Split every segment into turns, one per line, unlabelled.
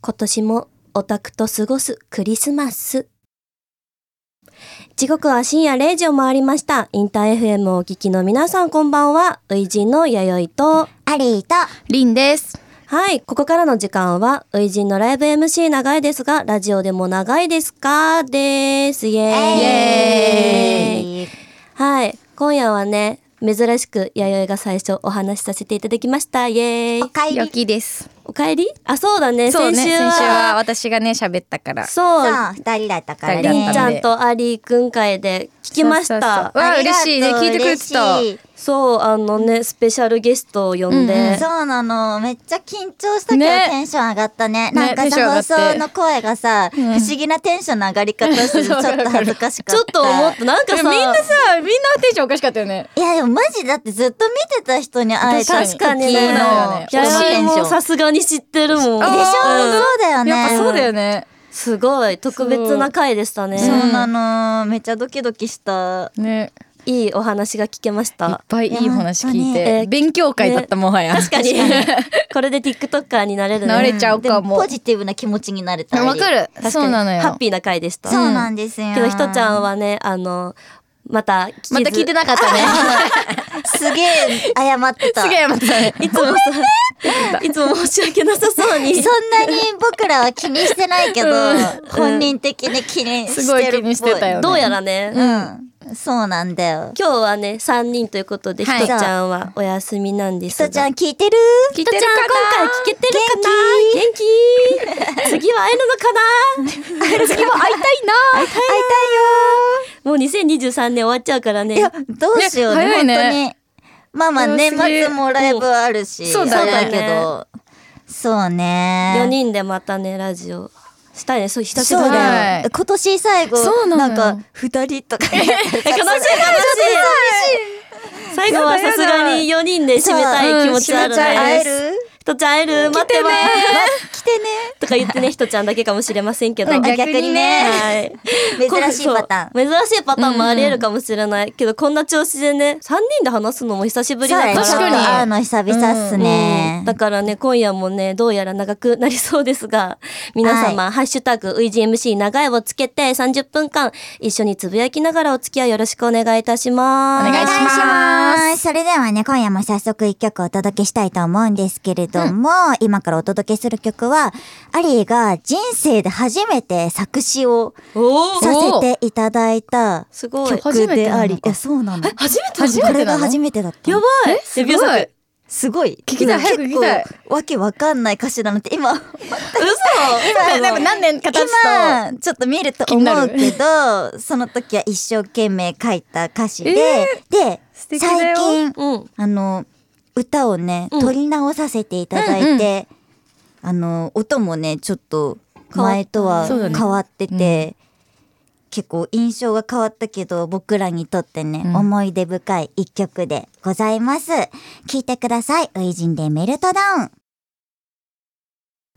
今年もオタクと過ごすクリスマス。時刻は深夜0時を回りました。インター FM をお聞きの皆さんこんばんは。初陣の弥生と。
アリーと、
リンです。
はい、ここからの時間は、初陣のライブ MC 長いですが、ラジオでも長いですかです。イエーイ
エ
イエーイ
はい、今夜はね、珍しく弥生が最初お話しさせていただきました。イエー
お
イ。
かえ
よ
り。
きです。
おかえりあ、そうだね、
そうね、
先週
先週は
は。
私がね、喋ったから。
そう
そう、二人だったから
二
り
人
んち
ね。
だった
ゃ
の
んとアリーくん会で聞きました。
そうそうそうわあ、嬉しいね。聞いてくれてた。
嬉しい
そうあのねスペシャルゲストを呼んで、
うんうん
そうなの。めっちゃ緊張したけど
ね
テンション上がったね。なんか
テンション上
さ、
が
放
って
送の声がさ、不思議なテンションの上がり方しててちょっと恥ずかしか
ち
っ。
ょったと思ったなんか
で
さ
もみんなさ、みんなテンションおかしかったよね。
いやでもマジだってずっと見てた人に会えた
確
かに
時
そう
だよ
の
ね
人のテンシ
も
ョン。
さすがに知ってるもん
あ
でしょそうだよね。
やっぱそうだよね。
すごい特別な回でした
そ
ね
うなの。めっちゃドキドキした。
ね。
いいお話が聞けまし
いった ぱいいいお話聞い
いや
本当
て。
に
勉強会だった、もはや。
確かに これで TikToker になれるね
慣れちゃう
で
か
も
も。
ポジティブな気持ちになれた。
わかる
確か。に
そうなのよ。
ハッピーな回でした、
そうなんですよ。
けどひとちゃんはねあのまた聞けず
また聞いてなかったね。
すげえ謝ってた。
すげえ、またね。
いつもさ、いつも申し訳なさそうに
そんなに僕らは気にしてないけど、本人的に気にしてるっぽい。
すごい気にしてたよね
どうやらね、
うん。そうなんだよ。
今日はね3人ということでひ
はい
とちゃんはお休みなんです
ひとちゃん聞いてる
聞い
ひと
て
ちゃ
る
ん
か
今回
な
聞けてるかな元気次は会えるのかな次も会いたいな会いたいもう2023年終わっちゃうからね
会いたいよいや、どうしよう
ね
ね、
早い
本当
ね
に。まあまあ、年
早すぎ
末もライブあるし、
んそうだね
けど。そうね。
4人でまたねラジオしたいねそう久しぶ
そ
り
う
だよ
は
だ
い
よ。今年最
そ
後、
うなの
な
よ
んか、二人とか。悲 し
え
い
悲しい悲しい最後はさすがに4人で締めたい気持ちある
そううん締めた
会
ね
え る
ひとちゃん会える待ってま
来てね。
すとか言ってねひとちゃんだけかもしれませんけど
うん
あ逆にね。
はい
珍しいパターン。
そう珍しいパターンもありえるかもしれない、けどこんな調子でね3人で話すのも久しぶりだから
そう
確か
だね
に会うの久々っす
う
ね
ん。だからね今夜もねどうやら長くなりそうですが皆様、ハッシュタグ #VGMC 長い」をつけて30分間一緒につぶやきながらお付き合いよろしくお願いいたします
お願いします
す。それではね、今夜も早速一曲お届けしたいと思うんですけれども、今からお届けする曲は、アリーが人生で初めて作詞を
お
さ
ー
せていただいた
すごい
今日
曲であり、い
初めてなのか
や、そうなの。こ
初めて初め
れ
て
が
なの
初めてだった
や
の。
ばい
す
デ
ご
ビ
い
ュー作
すごい。
聞きたい
うん
早く聞きたい
結構、わけわかんない歌詞なのって、 今、
嘘
今、
なんか何年か経つと。
今ちょっと見ると思うけどその時は一生懸命書いた歌詞で、
え素
で
敵だ
最
よ
近
うん
あの歌をね
うん
撮り直させていただいて、あの音もねちょっと前とは
変わったね
変わってて、
そうだね
結構印象が変わったけど僕らにとってね、
うん
思い出深い一曲でございます聞いてください「ウイジンでメルトダウン」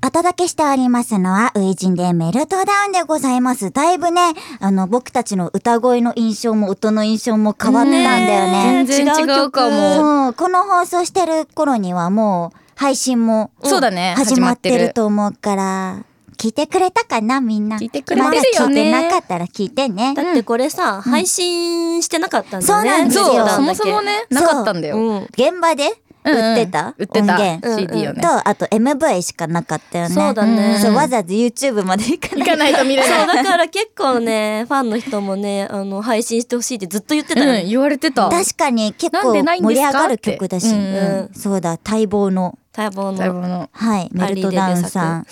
お届けしておりますのは、ウイジンでメルトダウンでございます。だいぶね、あの、僕たちの歌声の印象も音の印象も変わったんだよね
全然違うかも。
そう、この放送してる頃にはもう配信も
そうだね。
始まってる。と思うから、聞いてくれたかなみんな。
聞いてくれてるよね
まだ聞いてなかったら聞いてね。
だってこれさ、配信してなかったんだよね
そうなんですよ
そう、そ
だ
もそもね、
そう
なかったんだよ。
うん
現場で
うんうん
売ってた
売って
音
た
源。
うん
CD よね。
と、あと MV しかなかったよね。
そうだね
そうわざわざ YouTube まで行か
行
ない。
かないと見れ
そう
ない。
だから結構ね ファンの人もねあの配信してほしいってずっと言ってたよ
う
ね
ん、言われてた。
確かに結
なん
構
で
盛
ないん
り
ですか
上がる曲だし、
ってう
う
ん
ん
うんそうだ、待望の、
待望
だい
の
ぶの。
はい、メルトダウンさん。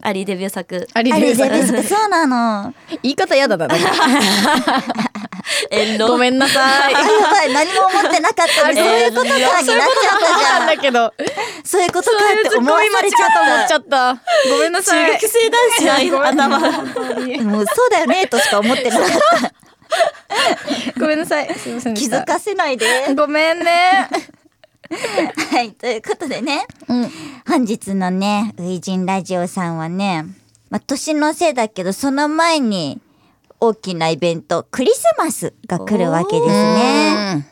アリーデビュー作
あり
あれ、
で
ゼベスク、そうなの。
言い方やだな。なんか
え
ごめんなさ い。
あ、やばい、何も思ってなかった ね。そういうことかになっちゃったじゃん
なん。だけど、
そういうことか
そういう
って
ツッ
思
コ
わ
ミ
さ
待
れ
ち
ちゃ
かと
っ
思ったちゃった。ごめんなさい。
学生男子の頭
もうそうだよねとしか思ってなかった
ごめんなさい。すいませんで
気
した
づかせ ないで
ごめんね。
はいということでね
うん。
本日のね初陣ラジオさんはね、まあ、年のせいだけどその前に大きなイベントクリスマスが来るわけですね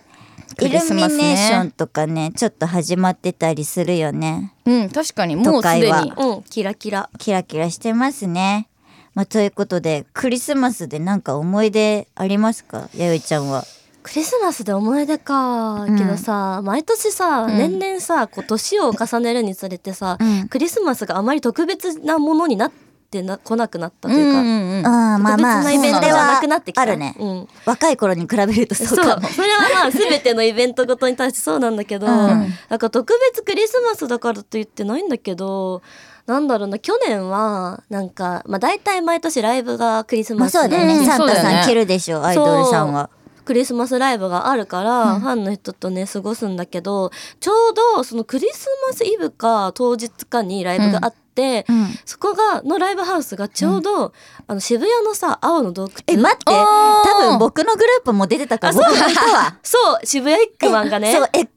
ク
イ
リ
ル
ス
ミ
マス
ネ
ね
ーションとかね、ちょっと始まってたりするよね。
うん、確かに、もうすで
都会。
に
うん、キラキラ。
キラキラしてますね。まあ、ということで、クリスマスでなんか思い出ありますか弥生ちゃんは。
クリスマスで思い出か、けどさ、毎年さ、
ん
年々さ、こう年を重ねるにつれてさ、
うん
クリスマスがあまり特別なものになってな来なくなったというか、
うん、まあまあ、
特別なイベント
それ
じゃ
は
なくなってきた。
あるね。
うん。
若い頃に比べるとそ
そうう
かも。
それはまあ全てのイベントごとに対してそうなんだけど、
うん
なんか特別クリスマスだからと言ってないんだけどなんだろうな去年はなんか、まあ、大体毎年ライブがクリス
まあ
マス
そうだよね。
うん
サンタ
そうだよ
さん
ね
来るでしょ、アイドルさんは。
クリスマスライブがあるから、ファンの人とね過ごすんだけどちょうどそのクリスマスイブか当日かにライブがあって、
うん
そこがのライブハウスがちょうど、あの渋谷のさ青の洞窟
え、待って。
おー
多分僕のグループも出てたから、僕もいたわ。
そう渋 谷エッグマンがね
そう、エッグ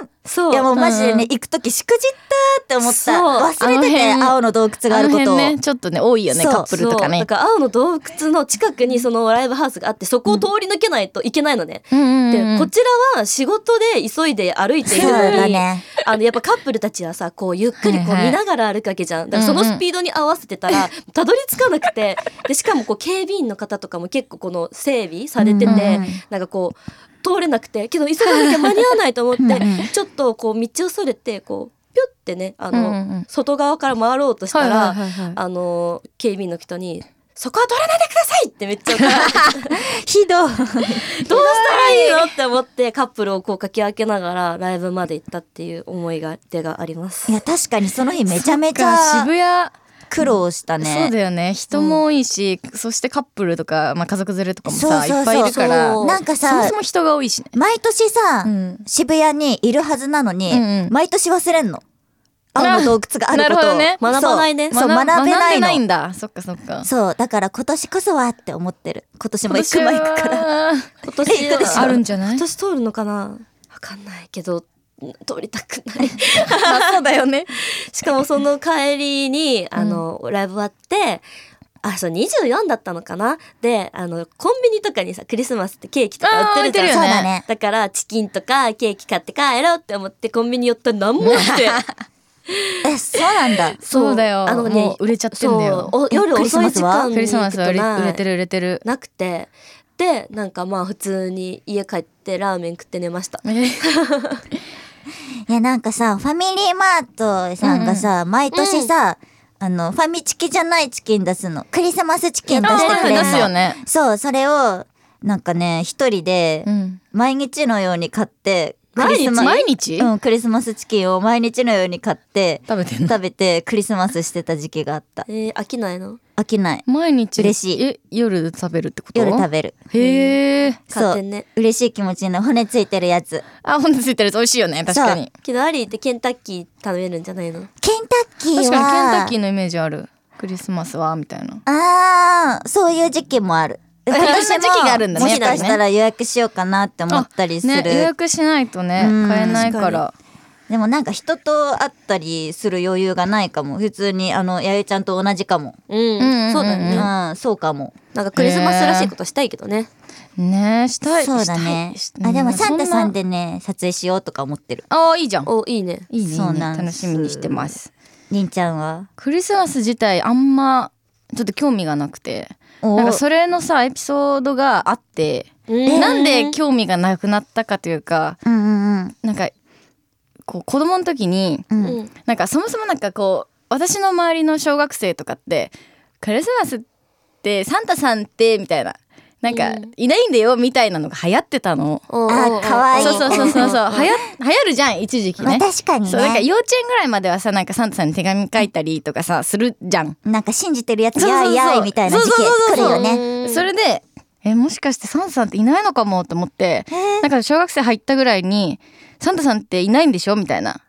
マン。
そう
いやもうマジで
うんうん
ね、行くときしくじったって思った。
そう
忘れてて、
あの辺
青の洞窟があ
あ
る
の
こ
辺
とを。
ね、ちょっとね、多いよね、
そう
カップルとか
そう
ね
だ。から青の洞窟の近くにそのライブハウスがあってそこを通り抜けないといけないのね。
うんうんうん
でこちらは仕事で急いで歩いている
そう
の
だ
に、
ね
あのやっぱカップルたちはさこうゆっくりこう
はいはい
見ながら歩くわけじゃんだからそのスピードに合わせてたらたどり着かなくてでしかもこう警備員の方とかも結構この整備されてて、
うんうんうん
なんかこう通れなくてけど急がなきゃ間に合わないと 思って
うんうん
ちょっとこう道をそれてこうピュってねあの、
うんうんうん
外側から回ろうとしたら、
はいはいはいはい
あの警備員の人に「そこは取らないでください!」ってめっちゃ怒ら れて
ひどい。
どうしたらいいのって思ってカップルをこうかき分けながらライブまで行ったっていう思いが出があります
い。や、確かにその日めちゃめち
そっか
ゃ
渋谷
苦労したね。
そうだよね人も多いし、そしてカップルとか、まあ、家族連れとかもさ
そうそうそう
いっぱいいるから
そう
なんかさ
そもそも人が多いしね
毎年さ、
うん
渋谷にいるはずなのに、
うんうん
毎年忘れんの。青
な
の洞窟があるこ
なる
と
ほ
を。
どね
学ばないね
そう、学べ
学んで
ない
ない
の。
んだそっかそっか
そう、だから今年こそはって思ってる。今年も行く前行くから。
ら
今年
行くでしょ
あるんじゃ ない
今年通るのかなわかんないけど通りたくない
そうだよね
しかもその帰りにあの、ライブ終わってあそう24だったのかなであのコンビニとかにさクリスマスってケーキとか売ってるじゃん
あー売
そ
ってるよね
うだね。
だからチキンとかケーキ買って帰ろうって思ってコンビニ寄ったら何もなくて
え、そうなんだ。
そうだよもう売れちゃってんだよ
そうお夜
クリス
遅い
マ
時
スは
間に
クリスマスは売れ
行くとな
売れてる売れてる
なくてでなんかまあ普通に家帰ってラーメン食って寝ました
え
いや、なんかさ、ファミリーマートさんがさ、毎年さ、あの、ファミチキじゃないチキン出すの。クリスマスチキン出してくれる
あ
の。
出すよね
そう、それを、なんかね、一人で
う、ん
毎日のように買って、ク
毎
リ
日
スマ
毎日、
うん、クリスマスチキンを毎日のように買って、
食べてん の
食べてクリスマスしてた時期があった。
えー、飽きないの
飽きない。
毎日
嬉しい
え夜食べるってこと
夜食
べ
べる。
へえ
買っ
そ
て
う。
ね
嬉しい気持ちになる。骨ついてるやつ。
あ本当ついてるやつ美味しいよね確かに
けどアリーってケンタッキー食べるんじゃないの
ケンタッキーは。
確かにケンタッキーのイメージあるクリスマスはみたいな
ああ、そういう時期もあ る。今年も
そんな時期があるんだね
もしかしたら予約しようかなって思ったりする。
あね、予約しないとね
うん
買えないから
でもなんか人と会ったりする余裕がないかも。普通に、あの、やゆちゃんと同じかも。
うん、
んうんうん
そうだね、
うん、そうかも。
なんかクリスマスらしいことしたいけどね、
ねしたい
そうだね
し。たい
あ、でもサンタさん
で
でね、撮影しようとか思ってる。
あーいいじゃん
おいいね
いいねいい
そう
ね
なん
楽
です
しみにしてます
りんちゃんは
クリスマス自体あんまちょっと興味がなくて
お
なんかそれのさエピソードがあって
うん
なんで興味がなくなったかというか
うんうんうん。
なんかこう子供の時に
う
うんん
なんかそもそもなんかこう私の周りの小学生とかってクリスマスってサンタさんってみたいななんか
うん
いないんだよみたいなのが流行ってたの、
お
あ
おお
可愛い
そうそうそうそうそう流
い
行流行るじゃん一時期
まあ
ね。
確かに
そうなんか
ね。
幼稚園ぐらいまではさなんかサンタさんに手紙書いたりとかさするじゃん。
なんか信じてるやつ、
そうそ
や
うそう
いやいみたいな時期
そうそ
来
うそう
る
そう
よね。
それでえもしかしてサンタさんっていないのかもと思って
え
なんか小学生入ったぐらいに「サンタさんっていないんでしょ?」みたいな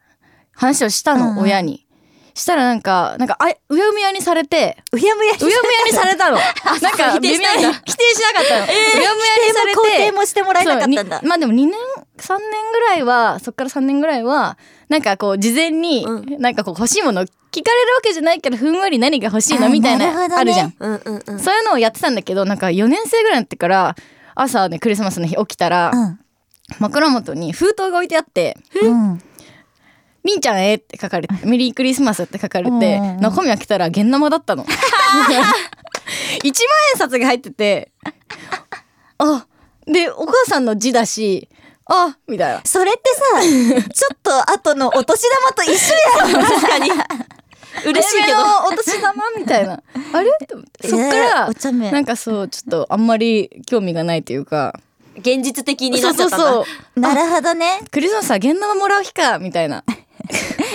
話をしたの、
うん
親に。したらなんかなんかあうやむやにされて
うやむや
うやむやにされたのなんか
否定
微
した
妙
ん
に
だ
否定しなかったの、うやむやにされて
肯定もしてもらえなかったんだ
そうに。まあでも2年3年ぐらいはそっから3年ぐらいはなんかこう事前に、
う
なんかこう欲しいものを聞かれるわけじゃないけどふんわり何が欲しいのみたいな
あなるほどね
あるじゃん。
うんうんうん
そういうのをやってたんだけどなんか4年生ぐらいになってから朝ねクリスマスの日起きたら、
うん。
枕元に封筒が置いてあって
うん。
「みんちゃんへ」って書かれて「メリークリスマス」って書かれ
うん
て
うんうん
中身開けたら現生 だったの。一万円札が入っててあでお母さんの字だしあみたいな。
それってさ、ちょっと後のお年玉と一緒やん。
確 かに。嬉しいけど
レベル。のお年玉みた いなあれと思ってそっか
えーお茶
ら
目
なんかそうちょっとあんまり興味がないというか
現実的にな
そう
っちゃ
そ
った
う
んだ。
そう
なるほどね。
クリスマスは現生もらう日かみたいな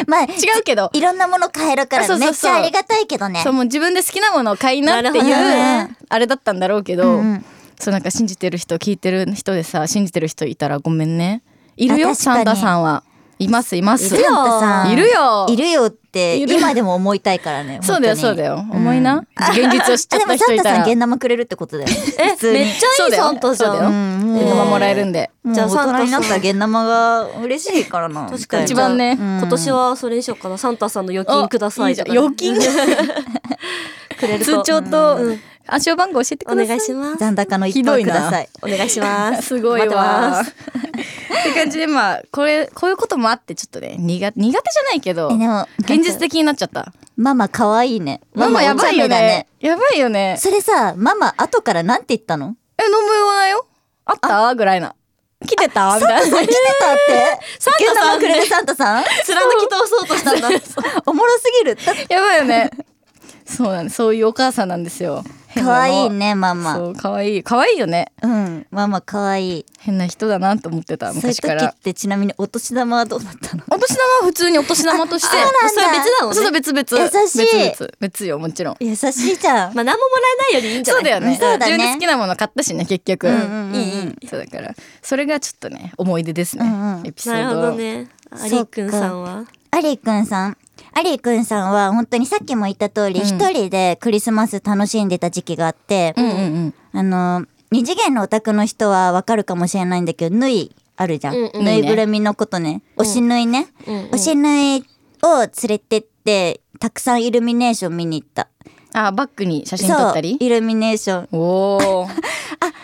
まあ、
違うけど
いろんなもの買えるか
あ
ら
そうそうそう
めっちゃありがたいけどね。
そうもう自分で好きなものを買いなってい
なるほ
うあれだったんだろうけど、
うんうん
そうなんか信じてる人聞いてる人でさ信じてる人いたらごめんねいるよ
あ確かに
サンタさんはいますいます
いるよサンタさん
いるよ
いるよって
いる
今でも思いたいからね。
そうだよ
本
そ
当
う
に
だよ、思いな。現実を知っちゃ
あ
っ
で
た
もサ
人
ン
い
タ
た
さん
ら
現生くれるってことだよね。普通に
めっちゃいいサンタじ
そうだ
ゃ
よ
ん。
うんもう
現生もらえるんで、
じゃあ
もう大人にな
サン
った
タさん
ら現生が嬉しいから な。
確かに
一番ね
うん
今年はそれにしようかな。サンタさんの預金ください
じゃ
と
ん
かね
預金
くれると
通帳と
うん
暗証番号教えてく
お
ださい
願いします。
残高の一
ひど
本
い
く
な
ださい。
お願いします。
すごいわ。っ
待って
て感じでまあこれこういうこともあってちょっとね苦手苦手じゃないけど
えでも
現実的になっちゃった。
ママ可愛いね。
ママやばいよ
お茶目だ
ね。。やばいよね。
それさ、ママ後からなんて言ったの？
え飲むようなよ。あったぐらいな。来てたみた
来て
いな。
たって。
サンタさ
現生
ん
くれるサンタさん？
ます貫き通そうとした んだ。
おもろすぎる。だ
やばいよね。そうなんです。そういうお母さんなんですよ。
可愛い
ね。
ねママ。
そう可愛い可愛いよね。
うん、ママ可愛い。
変な人だなと思って
そ
た
ういう
昔か
時
ら
っ。てちなみにお年玉はどうだったの？
お年玉は普通にお年玉として。
あ
それ別なの
そうそう
ね。
別々。
優しい
別々別よもちろん。
優しいじゃん。
まあ何ももらえないよりいいんじゃ
そう
ない
だよね。
うんそうだね
自分で好きなもの買ったしね結局。
うんうんうん
いいいい
そうだからそれがちょっとね思い出ですね、
うんうん
エピソ
な
ー
るほ
ド
どね。アリくんさんは。
アリーくんさん。アリーくんさんは本当にさっきも言った通り
うん
一、人でクリスマス楽しんでた時期があって、
うんうんうん
あの、二次元のお宅の人はわかるかもしれないんだけど、縫いあるじゃん。
うんうん
縫いぐるみのことね。おし縫いね。
うんうん
おし縫いを連れてって、たくさんイルミネーション見に行った。
あバッグに写真撮った
そう
り
イルミネーション。
おおい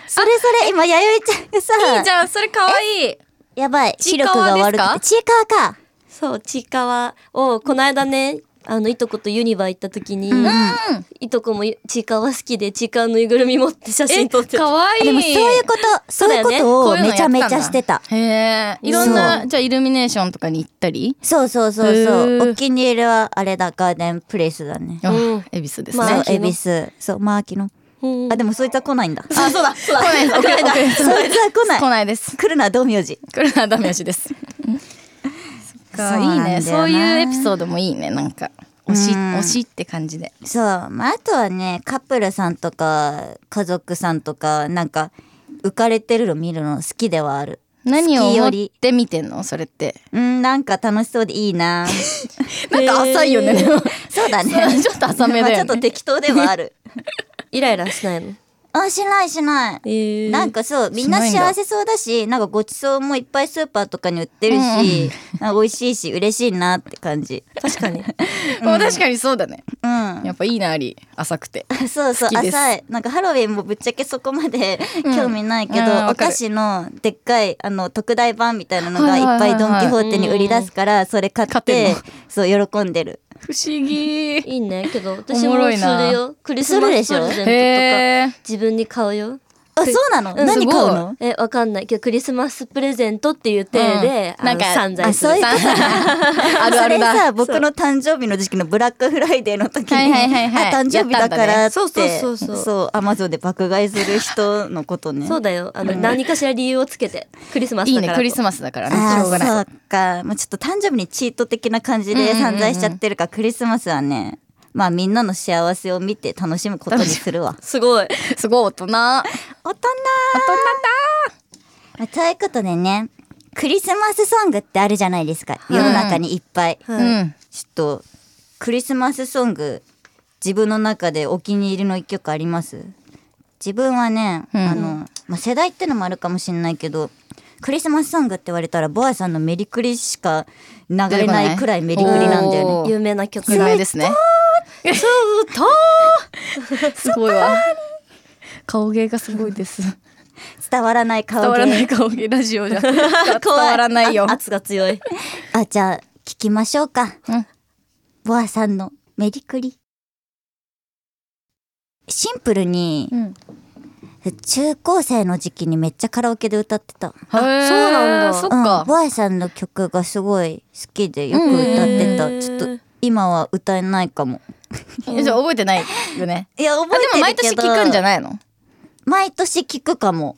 それそれ、今、弥生ちゃんがさ、
いじゃんそれ可愛い
やばい、視
ちいか
力が
わ
悪
ですか
くて。ちいかわか。
そう、ちいかわを、この間ね、あの、いとことユニバ行った時に、
うん
うん
いとこもちいかわ好きで、ちいかわぬいぐるみ持って写真
え
撮ってた。
可愛い
でも、そういうこと、そういうことをめちゃめちゃしてた。
へえいろんなじゃあイルミネーションとかに行ったり
そうそうそう
へ
そう。
ー
お気に入りは、あれだ、ガーデンプレイスだね。
あ
うん
恵比寿です
まあ
そう、
ね
秋の
恵比寿。そう、まあ、秋の。
うん
あ、でも、そいつは来ないんだ。
あ そうだそうだ 来ないです遅れです
そいつは来ない
来。ないです
来るな道明寺
来るなダメ押しですそっか
そう
いい
なんだよな
ねそういうエピソードもいいねなんか推し
うん
推しって感じで
そう、まあ、あとはねカップルさんとか家族さんとかなんか浮かれてるの見るの好きではある
何を
好き
思
よ
っ
り
て見てんのそれって
うんなんか楽しそうでいい な
なんか浅いよね、でもち
そうだね
ょっと浅 め
まあち
だ
ょ
よ
っと
ね
適当ではあ る
イライラしないの。
あしないしない
えー
なんかそうみんな
しないんだ
幸せそうだしなんかごちそうもいっぱいスーパーとかに売ってるし、なんか美味しいし嬉しいなって感じ
確かに。
もう確かにそうだね
うん
やっぱいいなあり浅くて
そうそう
好きです
浅いなんかハロウィンもぶっちゃけそこまで興味ないけど、
うんわかる
お菓子のでっかいあの特大版みたいなのが
はいい
っ
はい
ぱ
はい
い
はい
ドン・キホーテに売り出すからそれ買って
買ってんの
そう喜んでる
不思議へ
いいね。けど、私
お
も
もろい
す
な
るよ。クリスマスプレゼントとか、
え
自分に買うよ。
あそうなの、
うん
何買うの
え、わかんないけど、クリスマスプレゼントっていう体で、
うん
あ
な
の
んか
散財
あ
す
そうい
る
うこ。と
ある
そ
あ
れ
るだ
さ僕の誕生日の時期のブラックフライデーの時に、
はいはいはいはい
あ誕生日だから
や
っ
った
て
んだねそうそうそうそう
アマゾンで爆買いする人のことね
そうだよ。あの、何かしら理由をつけて、クリスマス
いい
だから
ね
と
クリスマスだからね
あ
し
あ
ょうがない
そうか、まあ、ちょっと誕生日にチート的な感じで散財しちゃってるから、クリスマスはねまあみんなの幸せを見て楽しむことにするわ
すごい。
すごい大人
大
大
人まあということでねクリスマスソングってあるじゃないですか世の中にいっぱい、
は
人だうん
ちょっとクリスマスソング自分の中でお気に入りの一曲あります自分はね、
うん
あの、まあ、世代ってのもあるかもしれないけどクリスマスソングって言われたらボアさんの「メリクリ」しか流れないくらいメリクリなんだよね。
おー
有名な曲
有
だ
名ですね
そうと
すごいわ顔芸がすごいです
伝わらない顔
伝わらな
芸
い 顔芸ラジオじゃ 伝わらないよ
あ圧が強い。
あじゃあ聞きましょうか
うん
ボアさんのメリクリシンプルに
うん
中高生の時期にめっちゃカラオケで歌ってた
そう
なんだ
そっか
うん、ボアさんの曲がすごい好きでよく歌ってた、
うん
ちょっと今は歌えないかも
えじゃあ覚えてないよ ね
いや覚
あでも毎年聞くんじゃ
ない
ないの
毎年聞くかも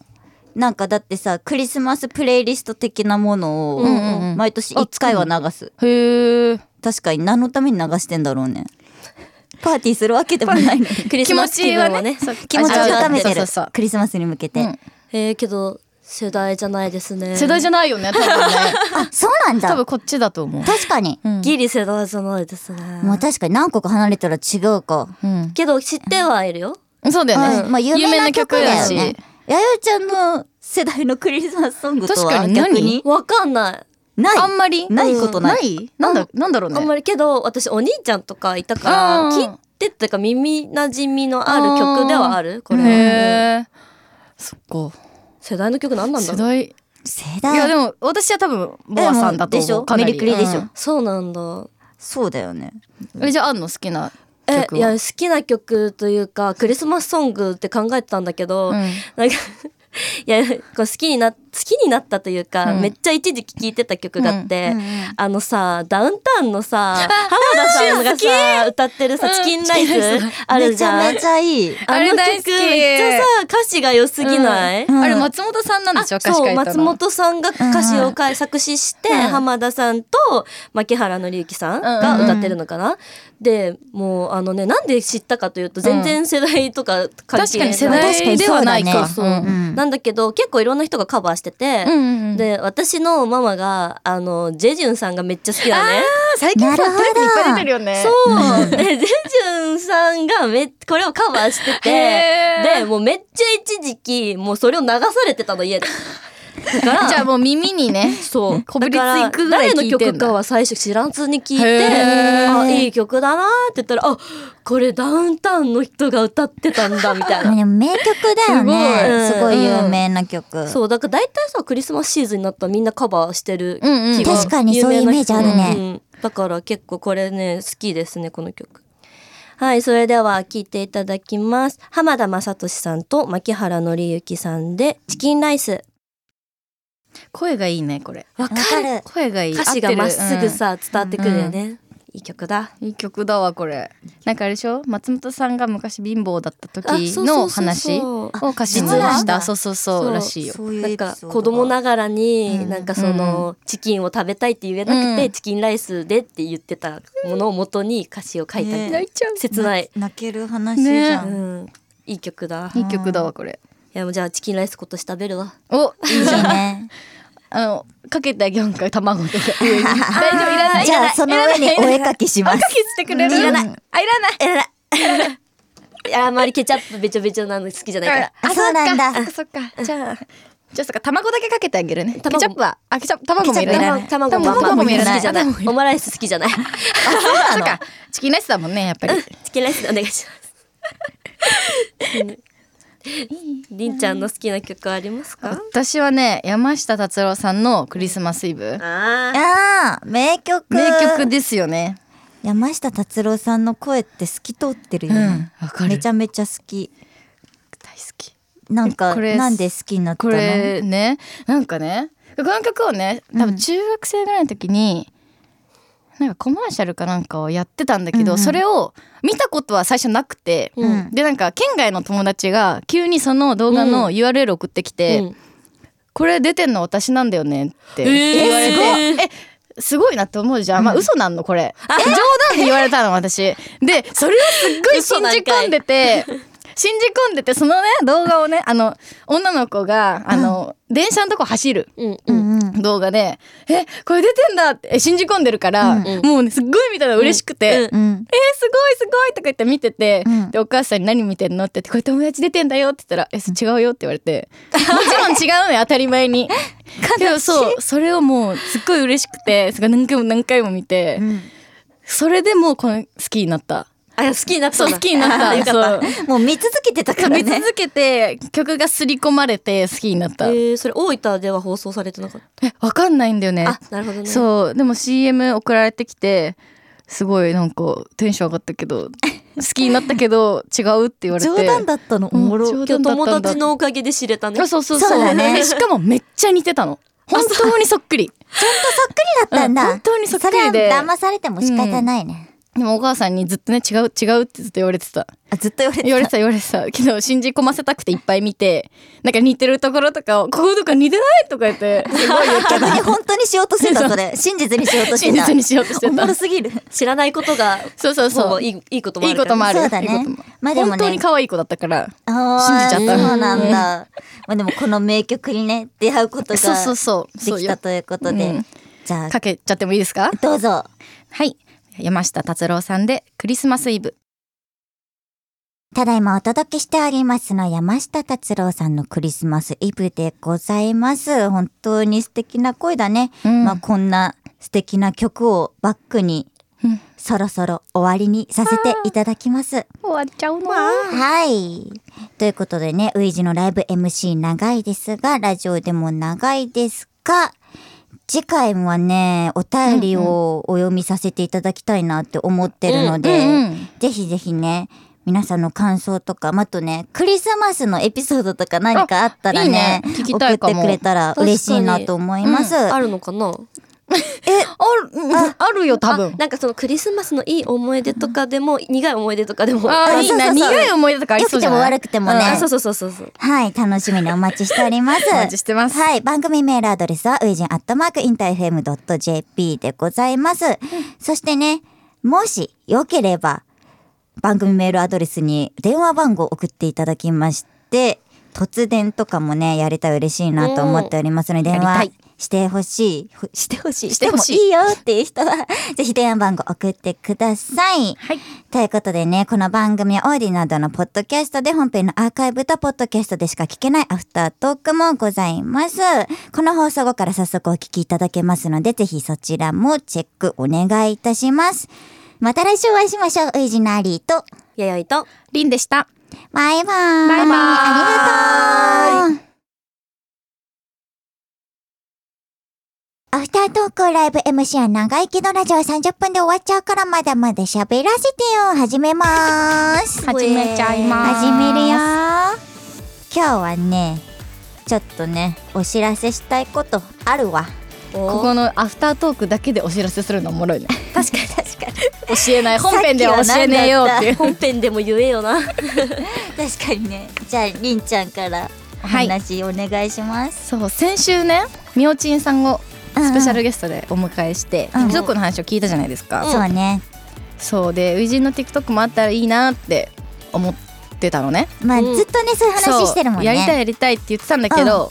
なんかだってさクリスマスプレイリスト的なもの
うんうんう
を
ん
毎年1回は流す、
へえ
確かに何のために流してんだろうねパーティーするわけでもないのに
クリス
気
マ
持
ス
ち
気分を
は
ね
ね。
気持ちを
あ
高めて
そ
る
うそう
クリスマスに向けて、
うん
えー、けど世代じゃないですね。
世代じゃないよね多 分ね
あそうなん
多
だ
分こっちだと思う
確かに、
うん
ギリ世代じゃないですね。
もう確かに何個か離れたら違うか、
うん
けど知ってはいるよ。
そうだよね、
うんまあ有名な曲だよ
有名な
ね
曲だし
やよちゃんの世代のクリスマスソングと
確
は
かに
逆に
わかんない。
ない
あんまり
ないことない
ないなんだなんだろうね
あんまりけど私お兄ちゃんとかいたから
あー
聞いてってか耳なじみのある曲ではあるこれは。
へえそっか
世代の曲何なんだ
世
ろう。
代い
世代
やでも私は多分ボアさんだと
でし
思
ょ
うか
メ
なり
リクリでしょ、
うん
そうなんだ。
そうだよね
えじゃああんの好きな
え
曲
いや
は
好きな曲というかクリスマスソングって考えてたんだけど、
うん
なんか いやこう好きにな好きになったというか、
うん
めっちゃ一時期聴いてた曲があって、
うんうんうん
あのさダウンタウンのさ浜田さんがさ歌ってるさ「チキンライズ
チキンライ」
ある
め
じ
ち
ゃん
ゃめちゃいい
あ
あ
の
れ
曲
大好き
めっちゃさ歌詞が良すぎない、
うんあれ松本さんなんでしょ歌詞書い
そう
たの
松本さんが歌詞を書い作詞して、
うん
浜田さんと牧原紀之さんが歌ってるのかな、でもうあのねなんで知ったかというと全然世代とか関
確
係
か
ない、
に世代ではないか
そうそううん
うん
なんだけど結構いろんな人がカバーしてて、
うんうんうん
で私のママがあのジェジュンさんがめっちゃ好きだね
最近さ
なるほど
テレビいっぱい出てるよね
そうでジェジュンさんがめこれをカバーしてて
へー
でもうめっちゃ一時期もうそれを流されてたの家でだから
じゃあもう耳にねそうこびりついくぐらい聞い
誰
て
の
ん
曲
だ
かは最初知らずに聞いて
へー
あいい曲だなって言ったらあこれダウンタウンの人が歌ってたんだみ たいな
でも名曲だよね
す
すご
ご
い
い
有名な曲、
そうだから大体さクリスマスシーズンになったらみんなカバーしてる
うんうん
気が
確かにそういうイメージあるね
有名な人うんだから結構これね好きですねこの曲はいそれでは聴いていただきます浜田雅俊さんと牧原紀之さんで「チキンライス
声がいいねこれ
わ
かるわかる
声がい」い
歌詞がまっすぐ、さ伝わってくるよね、いい曲だ
合ってるうんいい曲だわこれなんかあれでしょ松本さんが昔貧乏だった時
あそうそ
の
うそう
話
そう
を歌詞に
実は
したそうそうそう
そう
らしいよ
そういう
なん
エピ
か
ソードが
子供ながらになんかそ
うん
のチキンを食べたいって言えなく
う
て
ん
チキンライスでって言ってたものを元に歌詞を書いたみたいな
ね
泣いちゃう
切ない、
泣ける話じゃ、
うんん、いい曲だ
い
い
い曲だわこれ
やもうじゃあチキンライス今年食べるわ
お
いいね
あのかけてあげようか卵とか上に大丈夫いらない
じ
いら
ゃ
な
あ
い
その上にお絵かきします
かけしてくれる
いらない
うんあいらない
えらいやあんまりケチャップべちょべちょなの好きじゃないから
あそうなんだ
あそっかあそっかじゃあじゃあそっか卵だけかけてあげるねケチ
卵
ャップはあケチャップ卵もい
ケチャップら
らない
ない
卵
卵も
卵も
いら
好
ない
きじゃないオムライス好きじゃない
あそうかチキンライスだもんねやっぱり
チキンライスでお願いしますりんちゃんの好きな曲ありますか
私はね山下達郎さんのクリスマスイブ
あー
あー名曲
名曲ですよね
山下達郎さんの声って透き通ってるよ
うん
ね、
わかる
めちゃめちゃ好き
大好き
なんか
これ
なんで好きになった
こ
の
れねなんかねこの曲をね多分中学生ぐらいの時に、なんかコマーシャルかなんかをやってたんだけど、
うんうん
それを見たことは最初なくて、
うん
でなんか県外の友達が急にその動画の URL 送ってきて「
うん
これ出てんの私なんだよね」って
えー
言われて、
す
えすごいなって思うじゃん、まあ嘘なんのこれ冗談で言われたの私でそれをすっごい信じ込んでて信じ込んでてそのね動画をねあの女の子があの、電車のとこ走る
うん
う
うん
んうん
動画で「えこれ出てんだ」ってえ信じ込んでるから、
うん
うん
もうねすっごい見たら嬉しくて「
うん
えー
うん
すごいすごい」とか言って見てて、
うん
でお母さんに「何見てんの?」って言って「これ友達出てんだよ」って言ったら「えそ違うよ」って言われてもちろん違うのよ当たり前に。けどそうそれをもうすっごい嬉しくてすごい何回も何回も見て、
うん
それでもうこの好きになった。
あ好きになった
そう好きになった
あよかっ、
そう
もう見続けてたから
見
ね
続けて曲が刷り込まれて好きになったたえ
えー、それ大分では放送されてなかっ
わかんないんだよね
たあなるほどねう
そうでも CM 送られてきてすごいなんかテンション上がったけ ど好きになったけど違うって言われて
冗談だったのおもろ、
うん冗
今
談
日友
だったんだ
達のおかげで知れたね
あそうそう
そ
そうう
だね
で しかもめっちゃ似てたの本当にそっくり
だったんだ、
うん本当にそっくり
それ
で
は騙されても仕方ないね、
でもお母さんにずっとね違う違うってずっと言われてた
あずっと言われて
言われてた言われてたけど信じ込ませたくていっぱい見てなんか似てるところとかをこことか似てないとか 言ってすごい言って
逆に本当にしようとしてたそれ真実にしようとして
真
た
実にしようとして
おも
た
ろすぎる
知らないことが
そうそう
ほ
そ
ぼ
う
い
い
いいいこともあ
い
るか
こ
ら
ともある
そうだね
いいことも
まあでもね
本当に可愛い子だったから
あー
信じちゃった
そうなんだまあでもこの名曲にね出会うことが
そうそうそう
で
そう
きたということで
うん
じゃあ
かけちゃってもいいですか
どうぞ
はい山下達郎さんでクリスマスイブ
ただいまお届けしておりますのは山下達郎さんのクリスマスイブでございます本当に素敵な声だね、
うん
まあこんな素敵な曲をバックに
うん
そろそろ終わりにさせていただきます
終わっちゃうの
はい。ということでね、ウイジのライブ MC 長いですが、ラジオでも長いですが、次回はね、お便りをお読みさせていただきたいなって思ってるので、
うんうん
ぜひぜひね、皆さんの感想とか、あとね、クリスマスのエピソードとか何かあったらね、
あいいね聞きたいか
送っ
も
てくれたら嬉しいなと思います。
あるのかな
あるああるよ多分
あなんかそのクリスマスのいい思い出とかでも苦い思い出とかでも
あーいい
そ
な
うそうそう
苦い思い出とかあり
良
そう
くて
じゃ
も
ない
悪くてもね。
あそうそうそうそうそう
はい、楽しみにお待ちしております。
お待ちしてます
はい、番組メールアドレスは、ウイジンアットマークインター FM.jp でございます。そしてね、もしよければ、番組メールアドレスに電話番号を送っていただきまして、突然とかもね、やれたら嬉しいなと思っておりますので、電
や
話
りた
してほしい、ほしてほしい、
してほしい
もいいよっていう人は、ぜひ電話番号送ってください。
はい
ということでね、この番組はオーディなどのポッドキャストで本編のアーカイブとポッドキャストでしか聞けないアフタートークもございます。この放送後から早速お聞きいただけますので、ぜひそちらもチェックお願いいたします。また来週お会いしましょう。ウイジナリーと。
弥生と
りんでした
バイバーイ。
バイバー
あり
イ
がとう。アフタートークライブ MC は長生きのラジオ30分で終わっちゃうからまだまだ喋らせてよ。始めます。
始めちゃいます
始めるよ今日はねちょっとねお知らせしたいことあるわ
こ
こ
このアフタートークだけでお知らせするのおもろ いね
確かに確かに
教えない本編では教えねえよっていう
本編でも言えよな
確かにねじゃありんちゃんからお
はい
話お願いします、
そう先週ねみおちんさんをスペシャルゲストでお迎えして、
うんうん
TikTok の話を聞いたじゃないですか、
うん
そうね
そうで初陣の TikTok もあったらいいなって思ってたのね
まあ、
うん
ずっとねそういう話してるもんね
そうやりたいやりたいって言ってたんだけど、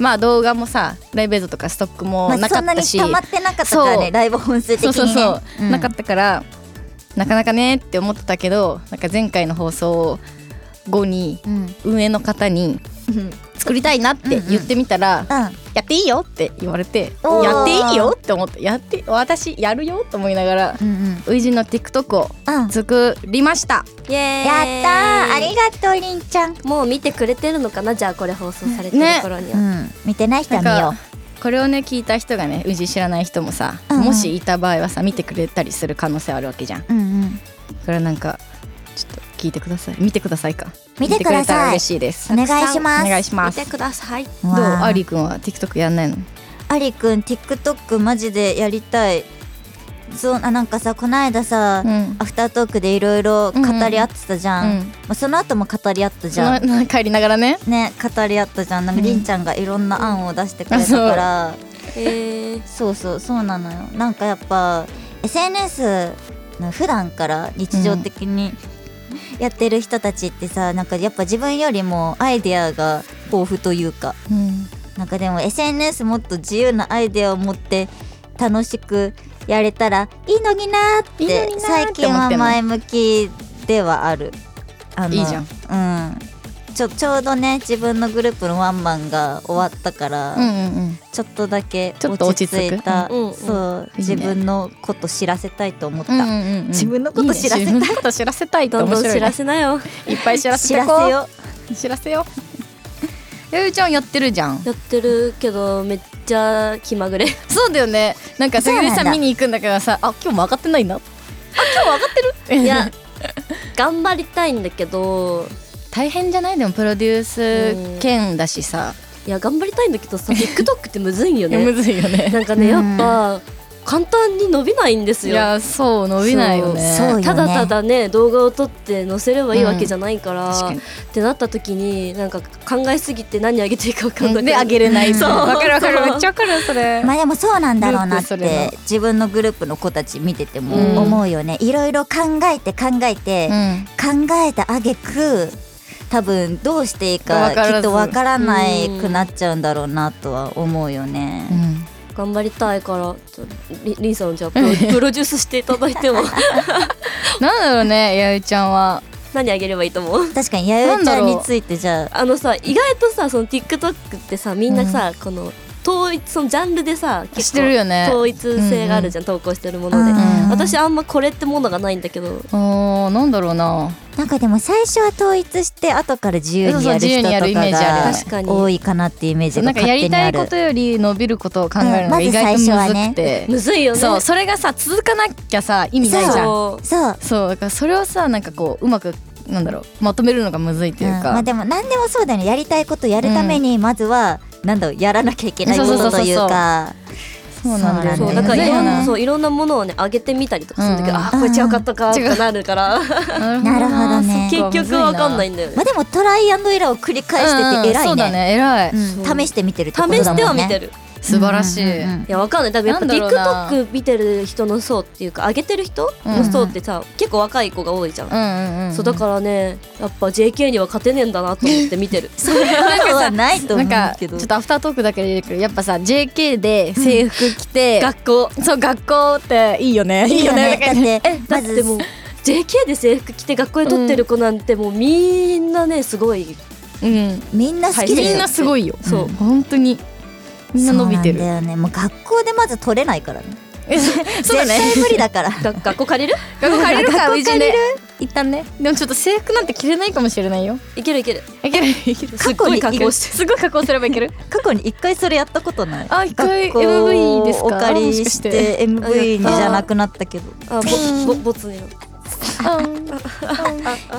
まあ動画もさライブ映像とかストックも
ま
な
あ、
か
そ
っ
んな
た
に
し、
溜まってなかったから
そ
ね
う
ライブ本数的
そう
にね
そうそう、
ん
なかったからなかなかねって思ってたけどなんか前回の放送後に
うんうん
運営の方に
うん
作りたいなって言ってみたら、やっていいよって言われて
おー
やっていいよって思ってやって私やるよと思いながら
うんうん
初陣の TikTok を
うん
作りました
イエーイ
やったーありがとうりんちゃん、
もう見てくれてるのかなじゃあこれ放送されてる頃に
う
は、
ん、見てない人
な
は見
ん
よ
かこれをね聞いた人がね宇治知らない人もさ、
うんうん
もしいた場合はさ見てくれたりする可能性あるわけじゃんこ
う、うんうん、
れはなんかちょっと聞いてください見てくださいか
見てください
見たら嬉しいです
お願いします
お願いしま
見
す
てください
どうありくんは TikTok やんないの
ありくん TikTok マジでやりたいそうあなんかさこの間さ、
うん
アフタートークでいろいろ語り合ってたじゃん、
うん
まあ、その後も語り合ったじ
そ
ゃ
の
ん
帰りながらね
ね語り合ったじゃんなんか
うん
りんちゃんがいろんな案を出してくれたから、
えー、
そうそうそうなのよなんかやっぱ SNS の普段から日常的にやってる人たちってさなんかやっぱ自分よりもアイデアが豊富というか
うん
なんかでも SNS もっと自由なアイデアを持って楽しくやれたらいいのになーっ
いいの
て
になーって思って
最近は
んの
前向きではあるあの
いいじ
うんちょちょうどね自分のグループのワンマンが終わったから、
うんうんうん
ちょっとだけ
ちょっ
落
と落
ち
ち
着
着く
いた、
うんうん
そう
いいね
自分のこと知らせたいと思った、
うんうんうん
自分のこと知らせたい
いいね自分のこと知らせたいって
どん
面
どん知
白いね
らせなよ。
いっぱい知らせ
知
て
ら
こ
せ
う
よ
知らせよやゆちゃんやってるじゃん
やってるけどめっちゃ気まぐれ。
そうだよねなんか
そう
時
なんだ
々さ見に行くんだけどさあ今日も上がってないなあ今日も上が ってる
いや頑張りたいんだけど
大変じゃないでもプロデュース兼だしさ、
いや頑張りたいんだけどさ TikTok ってむずいんよ
む
ね。
ずいよね
なんかね
う
や
ん
っぱ簡単に伸びないんです
い
よ。
やそう伸びないよね
そうそうよね
ただただね動画を撮って載せればいいわけじゃないから、
確かに
ってなった時になんか考えすぎて何あげていいか分かんなく
であげれない
そう
わかるわかる
そう
めっちゃわかるそれ、
まあでもそうなんだろうなっ
グループそれ
て
の
自分のグループの子たち見てて
うん
も思うよね、いろいろ考えて考えて、
うん
考えたあげく多分どうしていいか
わからず
きっとわからないくなっちゃうんだろうなとは思うよね。
うん
頑張りたいからちょりりんさんじゃあプ ロプロデュースしていただいても
なんだろうねやゆちゃんは
何あげればいいと思う
確かに弥生ちゃんについてじゃあ
あのさ意外とさその TikTok ってさみんなさ、この統一そのジャンルでさ
知ってるよね
統一性があるじゃん、投稿してるもので、
うん
私あんまこれってものがないんだけど
おーなんだろうな
なんかでも最初は統一して後から自由にやる
そうそう自由
人
にやるイメージある
と
確
か
かに
が多いかなっていうイメージが
なんかや
勝手
り
に
た
あ
いこ
る
と。より伸びることを考えるの
う
が
ん
意外とむず
まず最初は
くて
ね、
むずいよね
そうそれがさ続かなきゃさ意味ないじゃんそう
そう
そう
だからそれをさなんかこううまくなんだろうまとめるのがむずいっていう
うん
か、
まあでも何でもそうだよねやりたいことやるためにまずは、なんだろうやらなきゃいけないこ
そうそう
と
そう
と
そう
いうか
そうなんだよね
そう
そう
だからい
ね
ろん
う
な
ね
そういろんなものをね上げてみたりとかするんだけど、
うんうん
あーこれ違うかったかってなるから
なるほどね
結局わかんない
ね
んだよね
まあでもトライアンドエラーを繰り返してて偉
そ
いう
だ
ね。
ね偉い、
うん
そう
試してみてるってこと
試
だ
し
もんね。
ては見てる
素晴らしい、
うんうんうん
いやわかんない多分やっぱ
なんだろうな
TikTok 見てる人の層っていうか上げてる人の層ってさ、結構若い子が多いじゃん、
うんうんうん
そうだからねやっぱ JK には勝てねえんだなと思って見 てる
それはないと思
な
うん
かち
けど
ょっとアフタートークだけで言うけどやっぱさ JK で制服着て、
学校
そう学校っていいよねいいよね
だって
だ
ま
ってもう
ず
JK で制服着て学校で撮ってる子なんてもうみんなねすごい
うん
みんな好き
は
で
い
みんなすごいよ、
そう
本当にみんな伸びてる
そうなんだよねもう学校でまず取れないからね。
そうだね
絶対無理だから。
が学校 借りる
学校借りるか
学校
うちで 一旦ねでもちょっと制服なんて着れないかもしれないよ
いけるいける
いけるいける
すっごい
過去
格
に
好して
すごい加工すればいける
過去に一回それやったことない。
あ一回
学校
MV ですか
お借
も
り
しか
し
して
て MV にじゃなくなったけど。
あぼぼぼつに
あ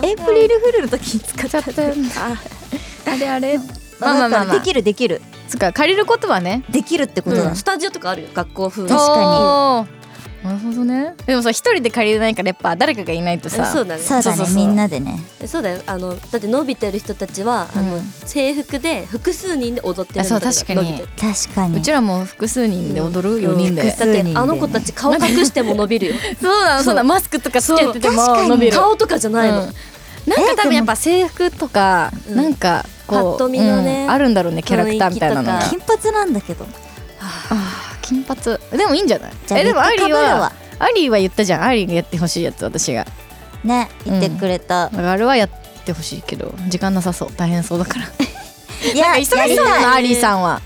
エイプリルフールの時に使っ
ちょっと
あ
あれあれまあま
ま
あ
あ
まあまあ
できるできる
つうか借りることはね
できるってこと
う
だ
ん。スタジオとかあるよ学校風
確
の
かに
になるほどねでもさ一人で借りれないからやっぱ誰かがいないとさ
そうだね
そうだ
そ
ね
うそうそう
みんなでね。
えそうだよあのだって伸びてる人たちは、あ
う
の
ん
制服で複数人で踊ってる
あそう
のと
確かに
伸びてる
確かに。
うちらも複数人で踊る4人で、
うん
だってあの子たち顔隠しても伸びるよ
そうなのそうなのマスクとかつけてても
そう確かに
伸びる
顔とかじゃないの、
うんなんか多分やっぱ制服とか、
うん
なんかこう
パッと見のね
うんあるんだろうねキャラクターみたいなのが
雰囲気
金髪なんだけど。
あー金髪でもいいんじゃない
じゃあ
えでもアリ
リップ
ー
かぶる
は
わ
アリーは言ったじゃんアリーがやってほしいやつ私が
ね言ってくれた。
だからあれはやってほしいけど時間なさそう大変そうだから
いや
忙しそうなのア
やり
リー
たい
さんは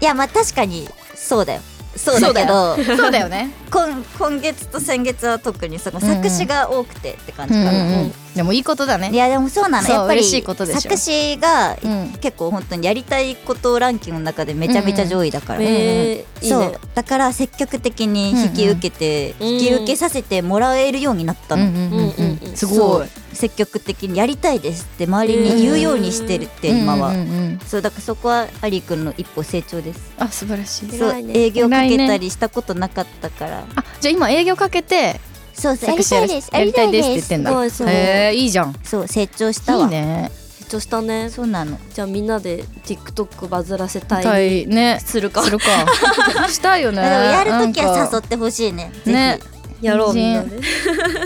い
やまあ確かにそうだよ。そうだけど。
そうだよね
今今月と先月は特にその
うんうん
作詞が多くてって感
う
じ
んう
か
ん
な、
うんでもいいことだ
い
ね
やでもそうなの
そう
やっぱり
嬉しいことでしょ
作詞が
うん
結構本当にやりたいことランキングの中でめちゃめちゃ上位だから、
えー、いい
そう
ね
だから積極的に引き受けて、
うんうん
引き受けさせてもらえるようになった
うん
の、
うんうんうん
うんうん
すごい
そう積極的にやりたいですって周りに言うようにしてるって今は、
うんうんうん
そうだからそこはアリー君の一歩成長です、
あ素晴らしい
そう
偉いね
営業かけたりしたことなかったから、
あじゃあ今営業かけて
そうそうや
作
り
詞
たいですやりたいです
やりたいですって言ってんだ
すごいそう
へえいいじゃん
そう成長した
い
わ
いね
成長したね
そうなの
じゃあみんなで TikTok バズらせたい
た いね
するか
するかしたいよね
まあでもやるときは誘
っ
ってほしいね。
ね
ね。
やろうみんなで
て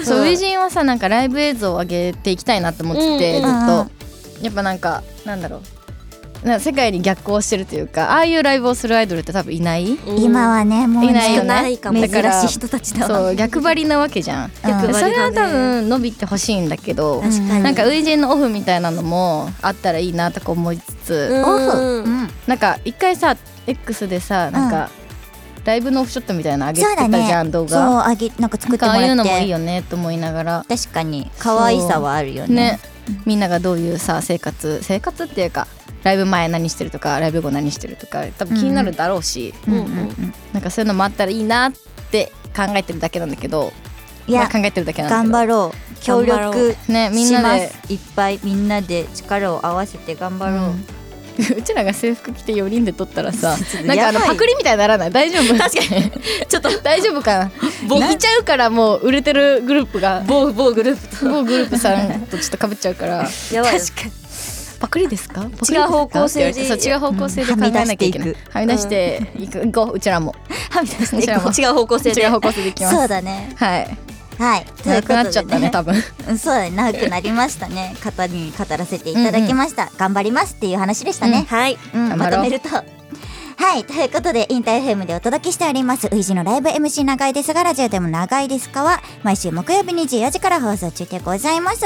そう初陣はさなんかライブ映像を上げていきたいなって思ってて、
うん
ず
う
っ
ん
とやっぱなんかなんだろうな世界に逆行してるというかああいうライブをするアイドルって多分いない
今はねもうね
いないよね
ないかも
だから
珍しい人たちだわ
そう逆張りなわけじゃん
うん
逆張りだね
それは多分伸びてほしいんだけど
確かに
なんか初陣のオフみたいなのもあったらいいなとか思いつつ、
うん
オフ、うん、
なんか一回さ X でさなんか、ライブのオフショットみたいなの上げてたじゃん、動
そう
画
あげなんか作っても
ああい
ら
う
っ
のも
て
いいよねと思いながら
確かに可愛さはあるよね
ね、みんながどういうさ生活生活っていうかライブ前何してるとかライブ後何してるとか多分気になるだろうし、
うんうん
う
うんん、
なんかそういうのもあったらいいなって考えてるだけなんだけど
いや
まあ考えてるだけなん
頑
だ
張ろう協
頑張ろ
力
けどねみん
し
な
ま
です
いっぱいみんなで力を合わせて頑張ろう、
うちらが制服着て4人で撮ったらさ
ちょっと
なんか
や
あの
ばい
パクリみたいにならない大丈夫確かに ちょっと大丈夫かな僕ちゃうからもう売れてるグループが
某某グループ
某グループさんとちょっとかぶっちゃうから
とやばい
かに
パクリですかパクリです
違う方向性で
って言われてそう違う方向性で考えなきゃいけない、
うん
はみ出していく、こううちらも
はみ出し
うちらも
違う方向性で
違う方向性でいきます
そうだね
はい
はいということ
長く
で
なっちゃったね 多分
うんそうだね長くなりました ね方に語らせていただきました、頑張りますっていう話でしたね、
はい
うん
頑
ま
張
と
ろう
めるとはいということでインター FM でお届けしております「ウイジのライブ MC 長いですがラジオでも長いですかは」毎週木曜日24時から放送中でございます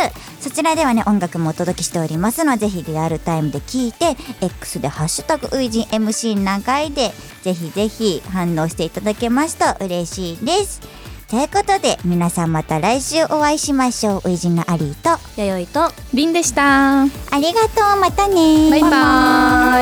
そちらではね音楽もお届けしておりますのでぜひリアルタイムで聞いて X で「ハッシュタグウイジ MC 長いで」ぜひぜひ反応していただけますと嬉しいですということで皆さんまた来週お会いしましょうウイジのアリーと
弥生と
りんでした
ありがとうまたね
バイバーイ